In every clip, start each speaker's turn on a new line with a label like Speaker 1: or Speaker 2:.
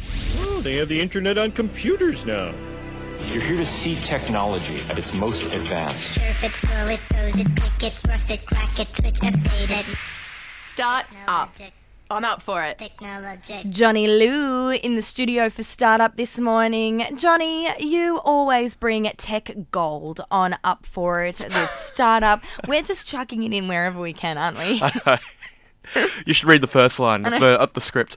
Speaker 1: Hmm, They have the internet on computers now.
Speaker 2: You're here to see technology at its most advanced.
Speaker 3: Surf it, scroll it, pose it, click it, cross it, crack it, switch, update it.
Speaker 4: Start up.
Speaker 3: Technologic,
Speaker 4: I'm up for it.
Speaker 3: technologic.
Speaker 4: Johnny Lou in the studio for Startup this morning. Johnny, you always bring tech gold on Up For It with Startup. We're just chucking it in wherever we can, aren't we?
Speaker 5: You should read the first line of the, of the script.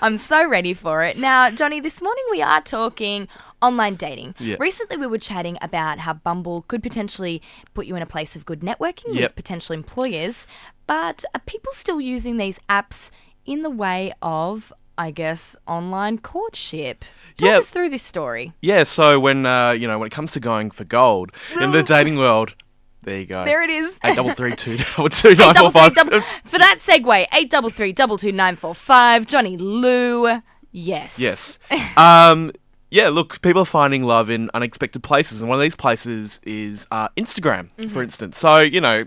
Speaker 4: I'm so ready for it. Now, Johnny, this morning we are talking online dating.
Speaker 5: Yeah.
Speaker 4: Recently we were chatting about how Bumble could potentially put you in a place of good networking with
Speaker 5: Yep.
Speaker 4: potential employers, but are people still using these apps in the way of I guess online courtship. Talk
Speaker 5: Yeah.
Speaker 4: us through this story.
Speaker 5: Yeah, so when uh, you know when it comes to going for gold in the dating world, there you go.
Speaker 4: There it is.
Speaker 5: Eight double three two double two nine four
Speaker 4: Double three,
Speaker 5: five.
Speaker 4: double, for that segue, eight double three double two nine four five. Johnny Lou. Yes.
Speaker 5: Yes. um, yeah, look, people are finding love in unexpected places, and one of these places is uh, Instagram,
Speaker 4: Mm-hmm.
Speaker 5: for instance. So, you know,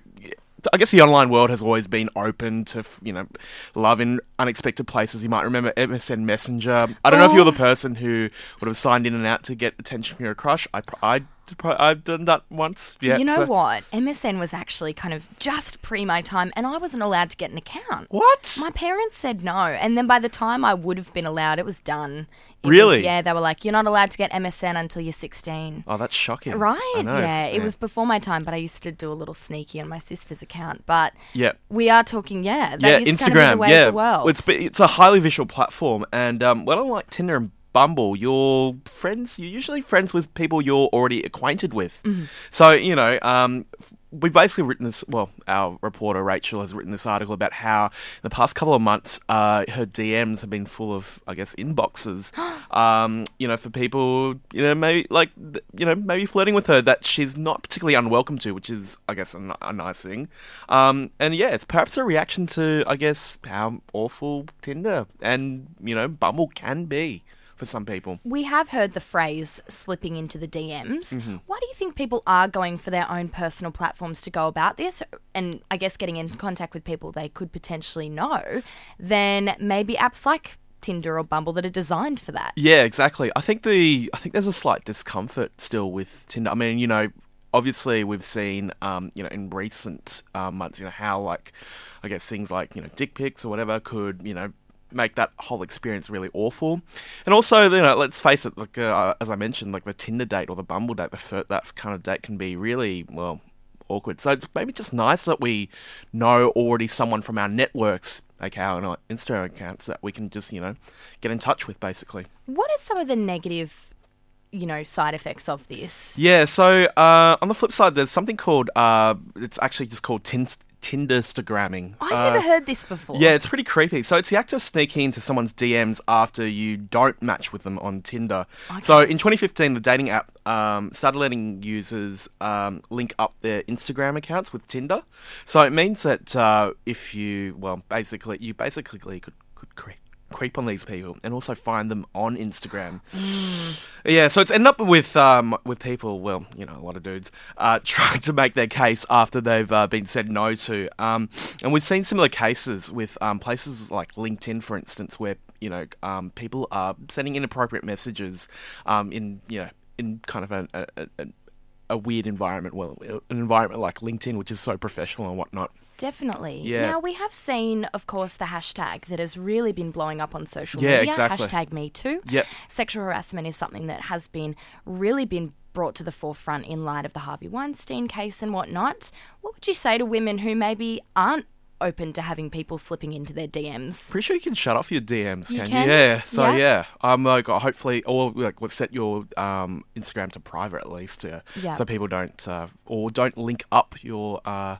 Speaker 5: I guess the online world has always been open to, f- you know, love in unexpected places. You might remember MSN Messenger. I don't know if
Speaker 4: Oh.
Speaker 5: you're the person who would have signed in and out to get attention from your crush. I, pr- I, d- pro- I've done that once. Yeah.
Speaker 4: you know
Speaker 5: so-
Speaker 4: what? MSN was actually kind of just pre my time, and I wasn't allowed to get an account.
Speaker 5: What?
Speaker 4: My parents said no, and then by the time I would have been allowed, it was done. It was-
Speaker 5: Really?
Speaker 4: yeah, they were like, "You're not allowed to get MSN until you're 16."
Speaker 5: Oh, that's shocking. I
Speaker 4: Right?
Speaker 5: know,
Speaker 4: Yeah, it was before my time, but I used to do a little sneaky on my sister's account. But
Speaker 5: Yeah.
Speaker 4: we are talking, yeah, that
Speaker 5: yeah,
Speaker 4: used to
Speaker 5: Instagram.
Speaker 4: kind of be the way
Speaker 5: yeah,
Speaker 4: of the world.
Speaker 5: it's it's a highly visual platform, and um, well, unlike Tinder and Bumble, you're friends. You're usually friends with people you're already acquainted with.
Speaker 4: Mm-hmm.
Speaker 5: So you know, um, we've basically written this. Well, our reporter Rachel has written this article about how in the past couple of months, uh, her DMs have been full of, I guess, inboxes. um, you know, for people, you know, maybe like th- you know, maybe flirting with her that she's not particularly unwelcome to, which is, I guess, a, n- a nice thing. Um, and yeah, it's perhaps a reaction to, I guess, how awful Tinder and you know Bumble can be for some people.
Speaker 4: we have heard the phrase slipping into the DMs.
Speaker 5: Mm-hmm.
Speaker 4: Why do you think people are going for their own personal platforms to go about this and I guess getting in contact with people they could potentially know than maybe apps like Tinder or Bumble that are designed for that?
Speaker 5: Yeah, exactly. I think the I think there's a slight discomfort still with Tinder. I mean, you know, obviously we've seen, um, you know, in recent uh, months, you know, how like I guess things like you know dick pics or whatever could you know make that whole experience really awful. And also, you know, let's face it, like uh, as I mentioned, like the Tinder date or the Bumble date, the fir- that kind of date can be really well awkward. So it's maybe just nice that we know already someone from our networks. Okay, our our Instagram accounts that we can just, you know, get in touch with basically.
Speaker 4: What are some of the negative, you know, side effects of this?
Speaker 5: Yeah, so uh, on the flip side, there's something called, uh, it's actually just called tin- Tinderstagramming.
Speaker 4: I've
Speaker 5: Uh,
Speaker 4: never heard this before.
Speaker 5: yeah, it's pretty creepy. So it's the act of sneaking into someone's DMs after you don't match with them on Tinder. So in 2015, the dating app um, started letting users um, link up their Instagram accounts with Tinder. So it means that uh, if you, well, basically, you basically could, could creep, creep on these people and also find them on Instagram. Yeah, so it's ended up with um, with people, well, you know, a lot of dudes uh, trying to make their case after they've uh, been said no to, um, and we've seen similar cases with um, places like LinkedIn, for instance, where you know um, people are sending inappropriate messages um, in you know in kind of a, a, a, a weird environment. Well, an environment like LinkedIn, which is so professional and whatnot.
Speaker 4: Definitely.
Speaker 5: Yeah.
Speaker 4: Now we have seen, of course, the hashtag that has really been blowing up on social
Speaker 5: Yeah,
Speaker 4: media.
Speaker 5: exactly.
Speaker 4: Hashtag Me Too.
Speaker 5: Yep.
Speaker 4: Sexual harassment is something that has been really been brought to the forefront in light of the Harvey Weinstein case and whatnot. What would you say to women who maybe aren't open to having people slipping into their DMs?
Speaker 5: Pretty sure you can shut off your DMs, can you?
Speaker 4: can?
Speaker 5: Yeah. So
Speaker 4: Yeah.
Speaker 5: yeah, I'm like uh, hopefully, or like we'll set your um, Instagram to private at least, yeah,
Speaker 4: Yeah.
Speaker 5: so people don't uh, or don't link up your uh,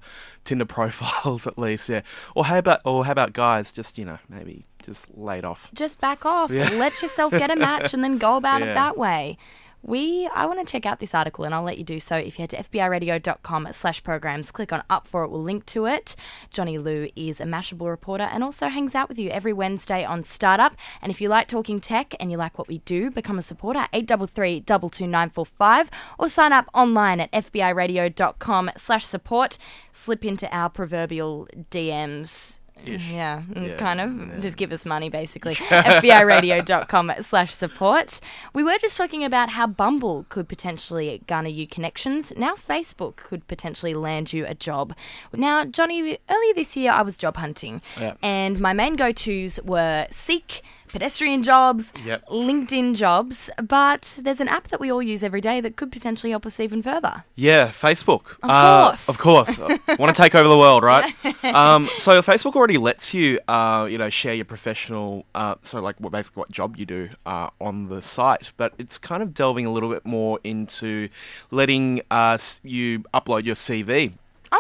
Speaker 5: Tinder profiles at least, yeah. Or how about or how about guys, just you know maybe just laid off.
Speaker 4: Just back off. Let yourself get a match and then go about it
Speaker 5: Yeah.
Speaker 4: that way. We, I want to check out this article and I'll let you do so if you head to fbiradio.com slash programs, click on up for it, we'll link to it. Johnny Lou is a Mashable reporter and also hangs out with you every Wednesday on Startup. And if you like talking tech and you like what we do, become a supporter, 833-22945 or sign up online at fbiradio.com slash support. Slip into our proverbial DMs
Speaker 5: ish.
Speaker 4: Yeah, mm,
Speaker 5: Yeah,
Speaker 4: kind of.
Speaker 5: yeah.
Speaker 4: Just give us money, basically. FBIradio.com slash support. We were just talking about how Bumble could potentially garner you connections. Now Facebook could potentially land you a job. Now, Johnny, earlier this year I was job hunting
Speaker 5: Yeah.
Speaker 4: and my main go-tos were Seek, pedestrian jobs,
Speaker 5: Yep.
Speaker 4: LinkedIn jobs, but there's an app that we all use every day that could potentially help us even further.
Speaker 5: Yeah, Facebook. Of
Speaker 4: course.
Speaker 5: Of course. Want to take over the world, right? Um, so Facebook already lets you, uh, you know, share your professional, uh, so like what, basically what job you do uh, on the site, but it's kind of delving a little bit more into letting uh, s- you upload your CV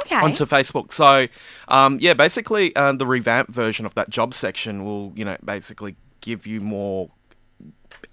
Speaker 4: Okay.
Speaker 5: onto Facebook. So, um, yeah, basically uh, the revamped version of that job section will, you know, basically give you more.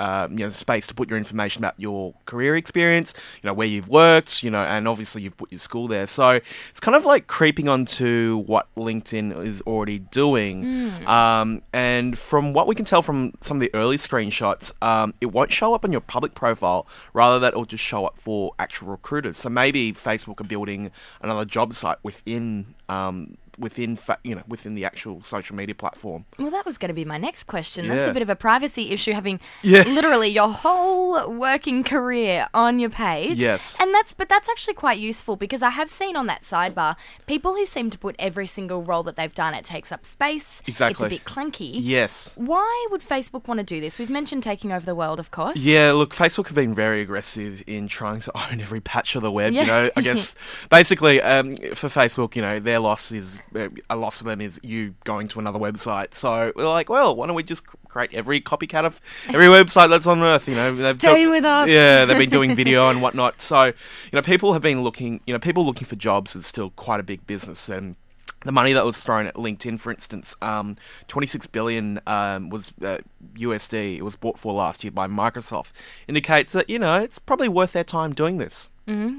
Speaker 5: Um, you know, space to put your information about your career experience, you know, where you've worked, you know, and obviously you've put your school there. So it's kind of like creeping onto what LinkedIn is already doing. Um, and from what we can tell from some of the early screenshots, um, it won't show up on your public profile. Rather, that will just show up for actual recruiters. So maybe Facebook are building another job site within um, within fa- you know within the actual social media platform.
Speaker 4: Well, that was going to be my next question. That's a
Speaker 5: Yeah.
Speaker 4: bit of a privacy issue having
Speaker 5: Yeah.
Speaker 4: literally your whole working career on your page.
Speaker 5: Yes.
Speaker 4: And that's but that's actually quite useful because I have seen on that sidebar people who seem to put every single role that they've done it takes up space. It's a
Speaker 5: Exactly.
Speaker 4: bit clunky.
Speaker 5: Yes.
Speaker 4: Why would Facebook want to do this? We've mentioned taking over the world, of course.
Speaker 5: Yeah, look, Facebook have been very aggressive in trying to own every patch of the web.
Speaker 4: Yeah.
Speaker 5: You know, I guess basically um, for Facebook, you know, their loss is uh, a loss for them is you going to another website. So we're like, well, why don't we just create every copycat of every website that's on Earth? You know, they've
Speaker 4: Stay
Speaker 5: done-
Speaker 4: with us.
Speaker 5: Yeah, they've been doing video and whatnot. So you know, people have been looking. You know, people looking for jobs is still quite a big business and. The money that was thrown at LinkedIn, for instance, um, 26 billion um, was uh, USD. It was bought for last year by Microsoft. Indicates that you know it's probably worth their time doing this.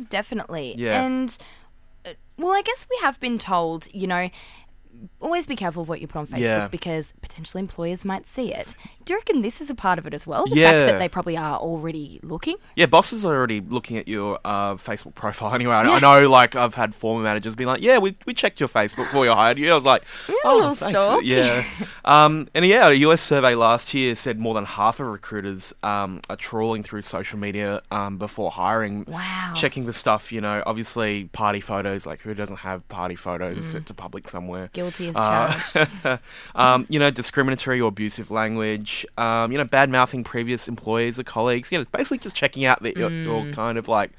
Speaker 4: Definitely.
Speaker 5: Yeah.
Speaker 4: And uh, well, I guess we have been told, you know, always be careful of what you put on Facebook
Speaker 5: Yeah.
Speaker 4: because potential employers might see it. Do you reckon this is a part of it as well? The
Speaker 5: Yeah.
Speaker 4: fact that they probably are already looking.
Speaker 5: Yeah, bosses are already looking at your uh, Facebook profile anyway. I, I know, like I've had former managers be like, "Yeah, we, we checked your Facebook before you hired you." I was like,
Speaker 4: a
Speaker 5: "Oh,
Speaker 4: little
Speaker 5: thanks."
Speaker 4: stalk.
Speaker 5: Yeah, um, and yeah, a US survey last year said more than half of recruiters um, are trawling through social media um, before hiring.
Speaker 4: Wow.
Speaker 5: checking for stuff. You know, obviously party photos. Like who doesn't have party photos
Speaker 4: Mm.
Speaker 5: set to public somewhere?
Speaker 4: Guilty as
Speaker 5: Uh,
Speaker 4: charged.
Speaker 5: um, you know, discriminatory or abusive language, um, you know, bad mouthing previous employees or colleagues, you know, basically just checking out that you're, you're kind of like,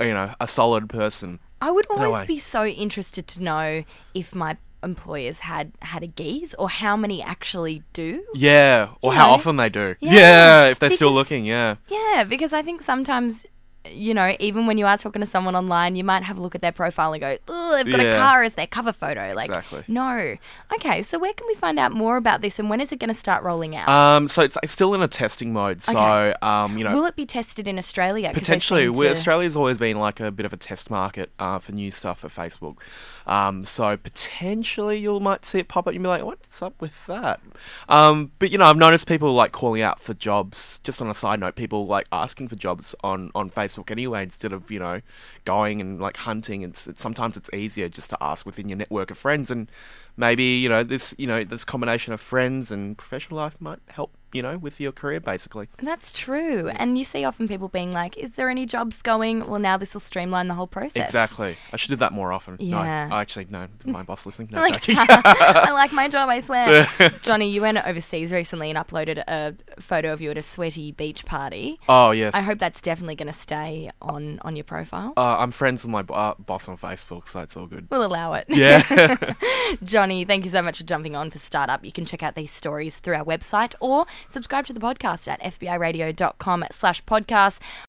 Speaker 5: you know, a solid person.
Speaker 4: I would always
Speaker 5: way.
Speaker 4: be so interested to know if my employers had had a geese or how many actually do.
Speaker 5: Yeah, or how
Speaker 4: know.
Speaker 5: often they do.
Speaker 4: Yeah,
Speaker 5: Yeah, if they're still
Speaker 4: because-
Speaker 5: looking, yeah.
Speaker 4: Yeah, because I think sometimes you know, even when you are talking to someone online, you might have a look at their profile and go, "Oh, they've got a
Speaker 5: Yeah.
Speaker 4: car as their cover photo." Like,
Speaker 5: Exactly.
Speaker 4: no. Okay, so where can we find out more about this, and when is it going to start rolling out?
Speaker 5: Um, so it's, it's still in a testing mode. So,
Speaker 4: Okay.
Speaker 5: um, you know,
Speaker 4: Will it be tested in Australia? 'Cause they
Speaker 5: Potentially,
Speaker 4: seem
Speaker 5: we
Speaker 4: to-
Speaker 5: Australia's always been like a bit of a test market uh, for new stuff for Facebook. Um, so potentially, you might see it pop up. and be like, "What's up with that?" Um, but you know, I've noticed people like calling out for jobs. Just on a side note, people like asking for jobs on, on Facebook anyway, instead of you know going and like hunting. It's, it's sometimes it's easier just to ask within your network of friends, and maybe you know this you know this combination of friends and professional life might help you know with your career basically.
Speaker 4: That's true, and you see often people being like, "Is there any jobs going?" Well, now this will streamline the whole process.
Speaker 5: Exactly. I should do that more often.
Speaker 4: Yeah.
Speaker 5: No, I actually no. My boss listening. No,
Speaker 4: Like,
Speaker 5: joking.
Speaker 4: I like my job, I swear. Johnny, you went overseas recently and uploaded a photo of you at a sweaty beach party.
Speaker 5: oh yes.
Speaker 4: I hope that's definitely going to stay on on your profile.
Speaker 5: Uh, I'm friends with my bo- uh, boss on Facebook, so it's all good.
Speaker 4: We'll allow it.
Speaker 5: Yeah.
Speaker 4: Johnny, thank you so much for jumping on for Startup. You can check out these stories through our website or subscribe to the podcast at fbiradio.com slash podcast.